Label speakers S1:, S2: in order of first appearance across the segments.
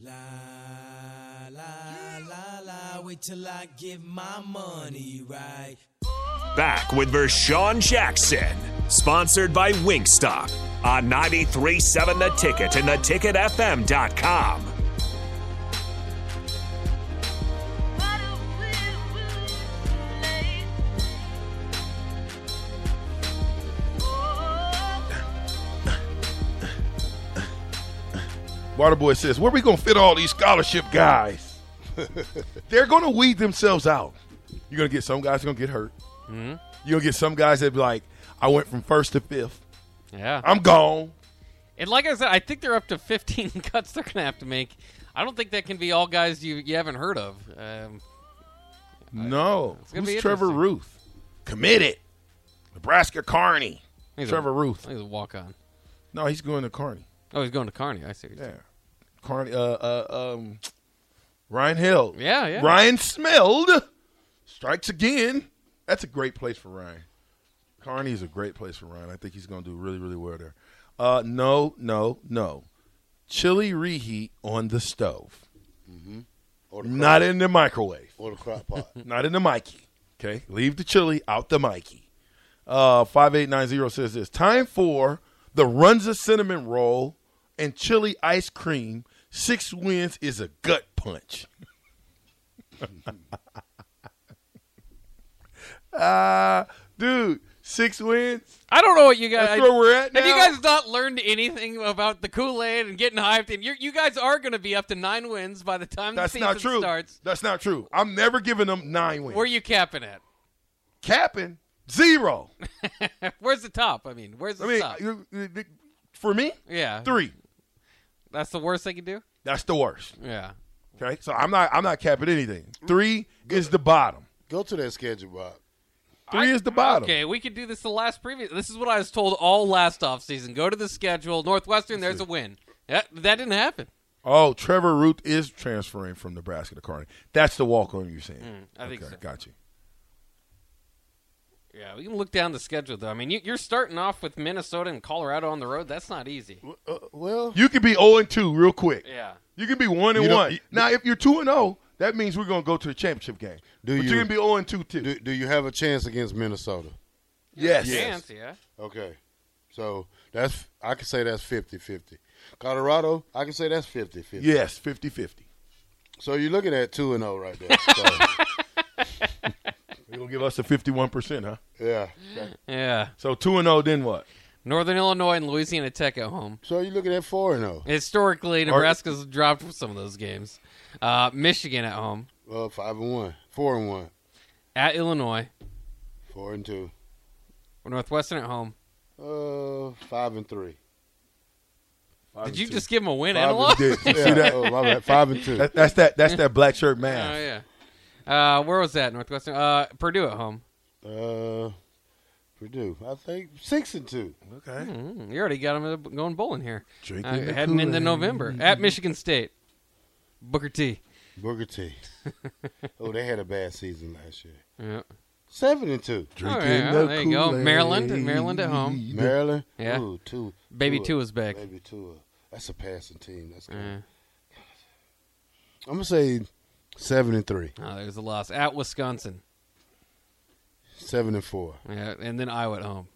S1: La la la la, wait till I get my money right.
S2: Back with Vershawn Jackson, sponsored by Wingstop on 937 The Ticket and theticketfm.com.
S3: Waterboy says, "Where we gonna fit all these scholarship guys? They're gonna weed themselves out. You're gonna get some guys gonna get hurt.
S4: Mm-hmm.
S3: You're gonna get some guys that be like, I went from first to fifth.
S4: Yeah.
S3: I'm gone.
S4: Uh, And like I said, I think they're up to 15 cuts they're going to have to make. I don't think that can be all guys you, you haven't heard of. Um,
S3: no,
S4: gonna
S3: who's
S4: be
S3: Trevor
S4: interesting.
S3: Ruth? Committed. Nebraska Carney.
S4: He's a-
S3: Trevor
S4: I
S3: Ruth.
S4: think he's a walk on.
S3: No, he's going to Carney.
S4: Oh, he's going to Carney. I see. what you're
S3: Yeah,
S4: saying.
S3: Carney. Uh, uh, um, Ryan Hill.
S4: Yeah, yeah.
S3: Ryan Smelled strikes again. That's a great place for Ryan. Carney is a great place for Ryan. I think he's going to do really, really well there. Uh, no, no, no. Chili reheat on the stove,
S5: Mm-hmm. Or the,
S3: not in the microwave,
S5: or the crock pot.
S3: not in the Mikey. Okay, leave the chili out the Mikey. Uh, five eight nine zero says this time for the Runza cinnamon roll and chili ice cream. Six wins is a gut punch. Ah, dude, six wins.
S4: I don't know what you guys.
S3: That's where we're at
S4: Have you
S3: now.
S4: guys not learned anything about the Kool Aid and getting hyped? And you're, you guys are going to be up to nine wins by the time
S3: That's
S4: the season
S3: not true.
S4: starts.
S3: That's not true. I'm never giving them nine wins.
S4: Where are you capping at?
S3: capping zero.
S4: Where's the top? I mean, where's the
S3: I mean,
S4: top?
S3: you- you- for me,
S4: Yeah,
S3: three.
S4: That's the worst they can do.
S3: That's the worst.
S4: Yeah,
S3: Okay, so I'm not I'm not capping anything. Three is the bottom.
S5: Go to that schedule, Rob.
S3: Three is the bottom.
S4: Okay, we could do this the last previous. This is what I was told all last offseason. Go to the schedule. Northwestern, there's a win. That, that didn't happen.
S3: Oh, Trevor Ruth is transferring from Nebraska to Carney. That's the walk on you're saying.
S4: Mm, I think
S3: okay,
S4: so.
S3: Got you.
S4: Yeah, we can look down the schedule, though. I mean, you, you're starting off with Minnesota and Colorado on the road. That's not easy.
S5: Uh, well,
S3: You could be 0 and 2 real quick.
S4: Yeah.
S3: You can be 1 and
S5: You don't-
S3: 1. Now, if you're 2 and 0, that means we're going to go to the championship game.
S5: Do
S3: but you,
S5: you-
S3: can be 0 and 2 too.
S5: do, do you have a chance against Minnesota?
S3: yes.
S4: Chance, yeah.
S5: Okay. So that's I can say that's 50-50. Colorado, I can say that's 50-50.
S3: Yes, 50-50.
S5: So you're looking at 2 and 0 right there. So,
S3: You're going to give us a 51%, huh?
S5: yeah.
S4: Yeah.
S3: So 2 and 0 then what?
S4: Northern Illinois and Louisiana Tech at home.
S5: So you're looking at 4 and oh. 0.
S4: Historically, Nebraska's dropped from some of those games. Uh, Michigan at home,
S5: Well, 5 Uh, and 1. 4 and 1.
S4: at Illinois,
S5: 4 and 2.
S4: Northwestern at home.
S5: Uh, 5 and 3.
S4: Did you just give them a win and a loss?
S5: Five and, yeah, oh, my bad. Five and two.
S3: That, that's that that's that black shirt math.
S4: Oh yeah. Uh, where was that? Northwestern. Uh, Purdue at home.
S5: Uh, Purdue, I think six and two.
S3: Okay.
S4: Mm, you already got them going bowling here.
S3: Drinking
S4: Uh,
S3: the
S4: heading into
S3: Kool-Aid.
S4: November at Michigan State. Booker T.
S5: Booker T. oh, they had a bad season last year.
S4: Yeah.
S5: Seven and two.
S4: All right, well, there you go. Maryland and Maryland at home.
S5: Maryland.
S4: Yeah.
S5: Ooh, two.
S4: Baby
S5: Tua.
S4: two is back.
S5: Baby two. That's a passing team. That's good.
S4: Yeah.
S5: I'm gonna say seven and three.
S4: Oh, there's a loss at Wisconsin.
S5: Seven and four.
S4: Yeah, and then Iowa at home.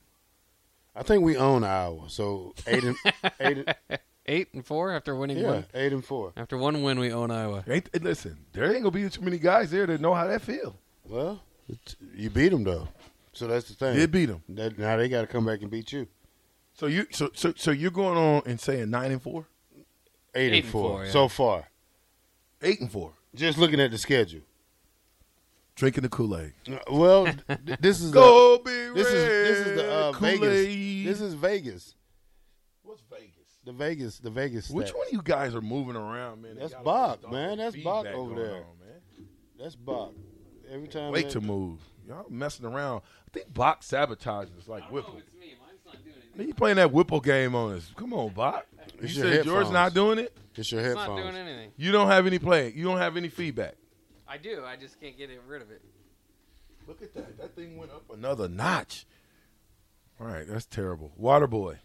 S5: I think we own Iowa. So eight and eight. And,
S4: Eight and four after winning
S5: yeah,
S4: one.
S5: eight and four.
S4: After one win, we own Iowa.
S3: Ain't, listen, there ain't gonna be too many guys there that know how that feel.
S5: Well, it's- you beat them though. So that's the thing.
S3: They beat them.
S5: That- now they got to come back and beat you.
S3: So you so so so you're going on and saying nine and four,
S5: Eight, and four,
S4: yeah.
S5: so far.
S3: eight and four,
S5: Just looking at the schedule. Uh,
S3: drinking the Kool Aid.
S5: Well, th- this is the,
S3: Go be
S5: this is this is the uh,
S3: Kool
S5: Vegas.
S3: Aid.
S5: This is Vegas.
S3: what's Vegas.
S5: The the Vegas, the Vegas.
S3: Which
S5: stats.
S3: one of you guys are moving around, man? They
S5: That's
S3: got a
S5: Bach,
S3: little
S5: man. That's
S3: feedback
S5: Bach over
S3: going
S5: there.
S3: on, man.
S5: That's Bach. Every time.
S3: Wait
S5: that-
S3: to move. Y'all messing around. I think Bach sabotaging us like Whipple.
S4: Oh, it's me. Mine's not doing anything.
S3: You playing that Whipple game on us? Come on, Bach. You
S5: It's
S3: said
S5: your
S3: George
S5: headphones.
S3: not doing it.
S5: It's your
S4: It's not
S5: headphones.
S4: doing anything.
S3: You don't have any play. You don't have any feedback.
S4: I do. I just can't get it rid of it.
S3: Look at that. That thing went up another notch. All right, that's terrible. Waterboy.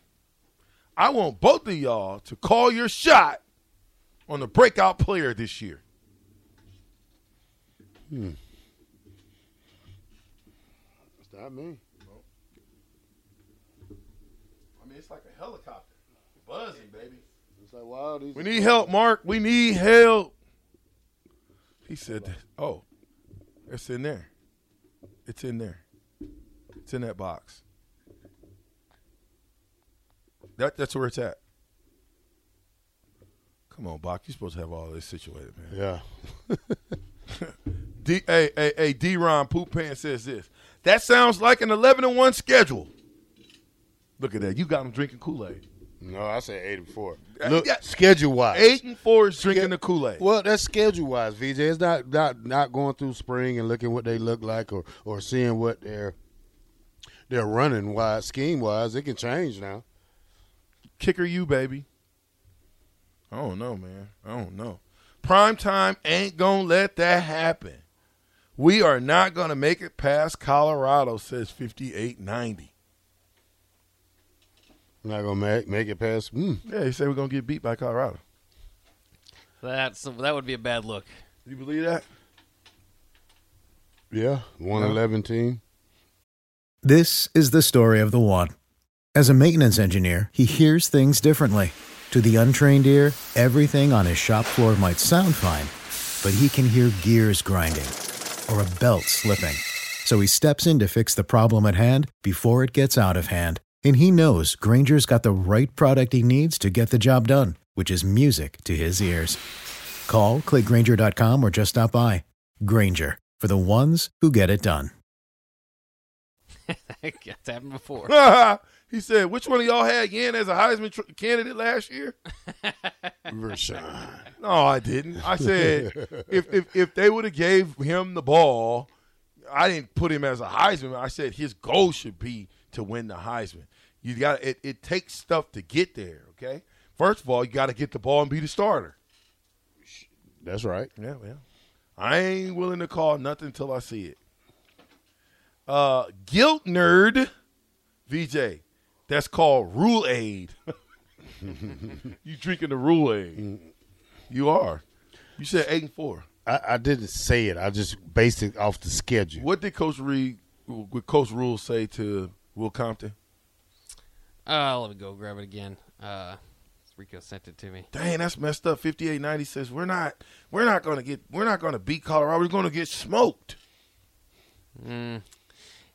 S3: I want both of y'all to call your shot on the breakout player this year.
S5: It's not me.
S3: I mean, it's like a helicopter. Buzzing, baby.
S5: It's like wow. These
S3: We need help, Mark. We need help. He said that. Oh, it's in there. It's in there. It's in that box. That that's where it's at. Come on, Bach. You're supposed to have all this situated, man.
S5: Yeah.
S3: D A A A D Ron Poop Pan says this. That sounds like an eleven and one schedule. Look at that. You got him drinking Kool-Aid.
S5: No, I said eight and four.
S3: Uh,
S5: Look,
S3: yeah.
S5: schedule wise.
S3: Eight and four is drinking the Kool-Aid.
S5: Well, that's schedule wise, VJ. It's not, not not going through spring and looking what they look like or or seeing what they're they're running wise, scheme wise. It can change now.
S3: kicker you, baby. I don't know, man. I don't know. Prime time ain't gonna let that happen. We are not gonna make it past Colorado, says fifty eight ninety.
S5: I'm not gonna make make it past. Mm.
S3: Yeah, he said we're gonna get beat by Colorado.
S4: That's that would be a bad look.
S3: You believe that?
S5: Yeah, one eleven team.
S6: This is the story of the one. As a maintenance engineer, he hears things differently. To the untrained ear, everything on his shop floor might sound fine, but he can hear gears grinding or a belt slipping. So he steps in to fix the problem at hand before it gets out of hand. And he knows Granger's got the right product he needs to get the job done, which is music to his ears. Call, click Granger.com, or just stop by. Granger, for the ones who get it done.
S4: That's happened before.
S3: he said, which one of y'all had Yan as a Heisman tr- candidate last year?
S5: Rashawn.
S3: No, I didn't. I said if if, if they would have gave him the ball, I didn't put him as a Heisman. I said his goal should be to win the Heisman. You got it. It takes stuff to get there. Okay. First of all, you got to get the ball and be the starter.
S5: That's right.
S3: Yeah, well, I ain't willing to call nothing till I see it. Uh, guilt nerd, VJ. That's called rule aid. you drinking the rule aid? You are. You said eight and four.
S5: I, I didn't say it. I just based it off the schedule.
S3: What did Coach Reed, what Coach Rule say to Will Compton?
S4: Uh, let me go grab it again. Uh, Rico sent it to me.
S3: Dang, that's messed up. Fifty-eight ninety says we're not, we're not gonna get, we're not gonna beat Colorado. We're gonna get smoked.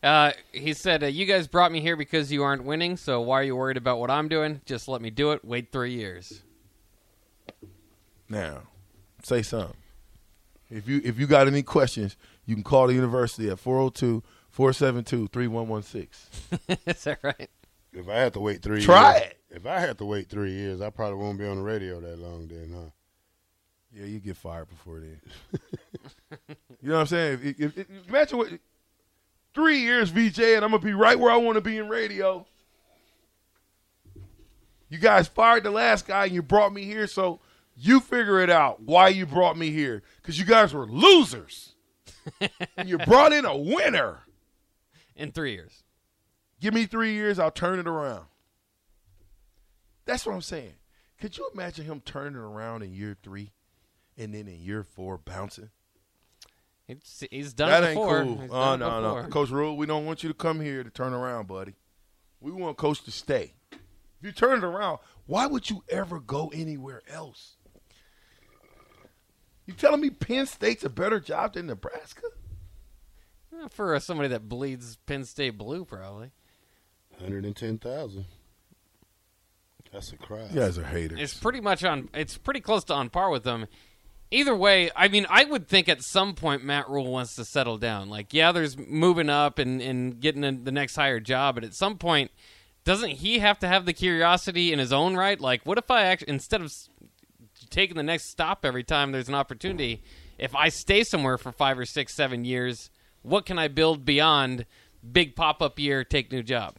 S4: Uh, he said, uh, "You guys brought me here because you aren't winning. So why are you worried about what I'm doing? Just let me do it. Wait three years.
S3: Now, say something. If you if you got any questions, you can call the university at 402-472-3116.
S4: Is that right?
S5: If I had to wait three,
S3: Try
S5: years,
S3: it.
S5: If I had to wait three years, I probably won't be on the radio that long. Then, huh?
S3: Yeah, you get fired before then. you know what I'm saying? If, if, if, imagine what three years, VJ, and I'm gonna be right where I want to be in radio. You guys fired the last guy, and you brought me here, so you figure it out why you brought me here because you guys were losers. And you brought in a winner.
S4: In three years.
S3: Give me three years, I'll turn it around. That's what I'm saying. Could you imagine him turning it around in year three, and then in year four bouncing?
S4: It's, he's done
S3: that
S4: it before.
S3: ain't
S4: He's
S3: cool. Oh
S4: done it
S3: no, no,
S4: before.
S3: Coach Rule, we don't want you to come here to turn around, buddy. We want Coach to stay. If you turn it around, why would you ever go anywhere else? You telling me Penn State's a better job than Nebraska?
S4: Uh, For uh, somebody that bleeds Penn State blue, probably.
S5: Hundred and ten thousand. That's a crowd.
S3: You guys are haters.
S4: It's pretty much on. It's pretty close to on par with them. Either way, I mean, I would think at some point Matt Rule wants to settle down. Like, yeah, there's moving up and and getting a, the next higher job, but at some point, doesn't he have to have the curiosity in his own right? Like, what if I actually instead of s- taking the next stop every time there's an opportunity, if I stay somewhere for five or six, seven years, what can I build beyond big pop up year, take new job?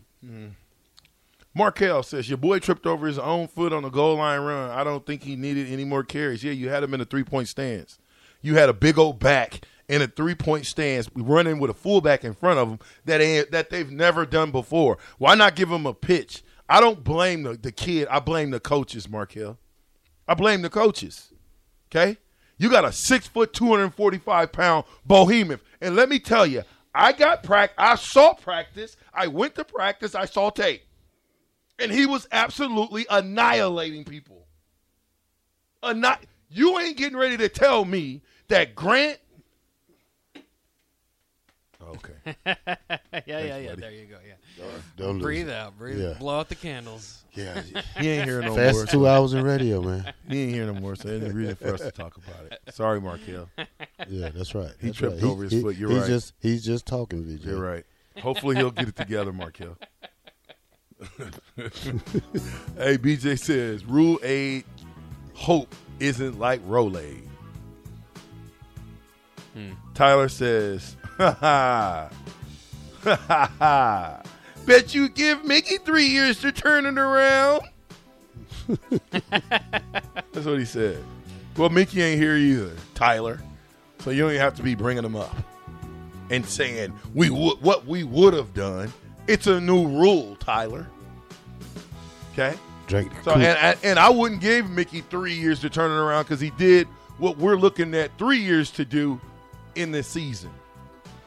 S3: Markel says your boy tripped over his own foot on the goal line run. I don't think he needed any more carries. Yeah, you had him in a three point stance. You had a big old back in a three point stance, running with a fullback in front of him that ain't, that they've never done before. Why not give him a pitch? I don't blame the, the kid. I blame the coaches, Markel. I blame the coaches. Okay? You got a six foot, 245 pound bohemian. And let me tell you, I got practice. I saw practice. I went to practice. I saw tape. And he was absolutely annihilating people. Anni- you ain't getting ready to tell me that Grant. Okay.
S4: yeah, yeah, yeah. There you go. Yeah.
S5: Don't lose
S4: Breathe
S5: it.
S4: out. Breathe.
S5: Yeah.
S4: Blow out the candles.
S5: Yeah,
S3: He ain't hearing no more.
S5: fast two hours in radio, man.
S3: He ain't hearing no more, so there's no reason for us to talk about it. Sorry, Markel.
S5: Yeah, that's right.
S3: He
S5: that's
S3: tripped
S5: right.
S3: over his foot, you're
S5: he's
S3: right.
S5: Just, he's just talking, VJ.
S3: You're right. Hopefully he'll get it together, Markel. hey, BJ says rule aid hope isn't like roll aid. Tyler says, ha ha, ha ha ha. Bet you give Mickey three years to turn it around. That's what he said. Well, Mickey ain't here either, Tyler. So you don't even have to be bringing him up and saying we would what we would have done. It's a new rule, Tyler. Okay.
S5: Drink the
S3: So
S5: Kool-
S3: and and- and I wouldn't give Mickey three years to turn it around because he did what we're looking at three years to do in this season.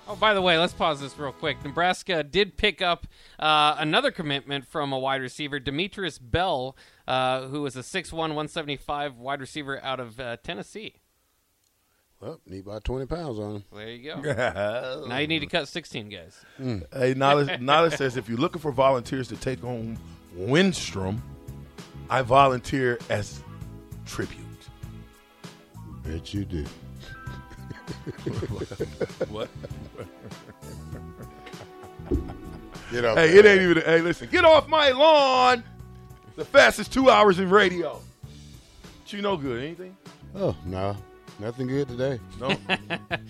S4: Oh, by the way, let's pause this real quick. Nebraska did pick up uh, another commitment from a wide receiver, Demetrius Bell, uh, who is a 6'1", 175 wide receiver out of uh, Tennessee.
S5: Well, Oh, need about 20 pounds on him.
S4: So there you go.
S3: hey,
S4: now you need to cut 16 guys.
S3: Nala, Nala says if you're looking for volunteers to take home Winstrom, I volunteer as tribute.
S5: Bet you do.
S3: What?
S5: Get up.
S3: Hey, it ain't even. Hey, listen, get off my lawn. The fastest two hours in radio. She no good. Anything?
S5: Oh, no. Nothing good today.
S3: No.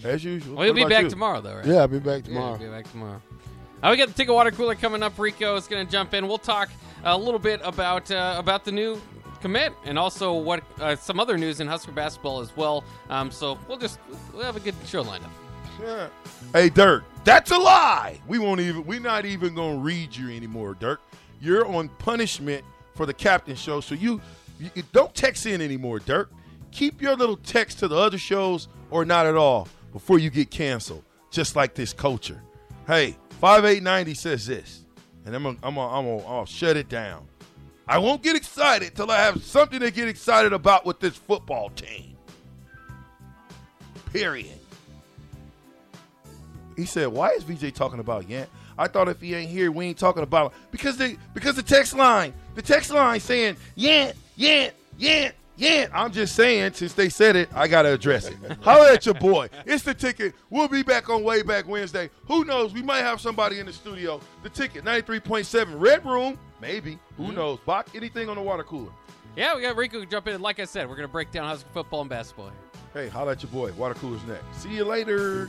S3: As usual.
S4: Well, he'll
S3: What
S4: be
S3: about
S4: back
S3: you?
S4: tomorrow, though, right?
S5: Yeah, I'll be back
S4: Yeah,
S5: tomorrow.
S4: Be back tomorrow. Uh, we got the ticket water cooler coming up. Rico is going to jump in. We'll talk a little bit about uh, about the new commit and also what uh, some other news in Husker basketball as well. Um, so we'll just we'll have a good show lined up.
S3: Yeah. Hey, Dirk. That's a lie. We won't even. We're not even gonna read you anymore, Dirk. You're on punishment for the captain show. So you, you, you don't text in anymore, Dirk. Keep your little text to the other shows or not at all before you get canceled. Just like this culture. Hey, five eight ninety says this, and I'm gonna, I'm gonna, I'm gonna, I'll shut it down. I won't get excited till I have something to get excited about with this football team. Period. He said, "Why is VJ talking about Yant? I thought if he ain't here, we ain't talking about him because the because the text line, the text line saying Yant, Yant, Yant, Yant. I'm just saying since they said it, I gotta address it. Holler at your boy. It's the ticket. We'll be back on way back Wednesday. Who knows? We might have somebody in the studio. The ticket, ninety three point seven, Red Room, maybe. Who knows? Bach, anything on the water cooler?
S4: Yeah, we got Rico jump in. Like I said, we're going to break down Husker football and basketball. here.
S3: Hey, holler at your boy. Water cooler's next. See you later."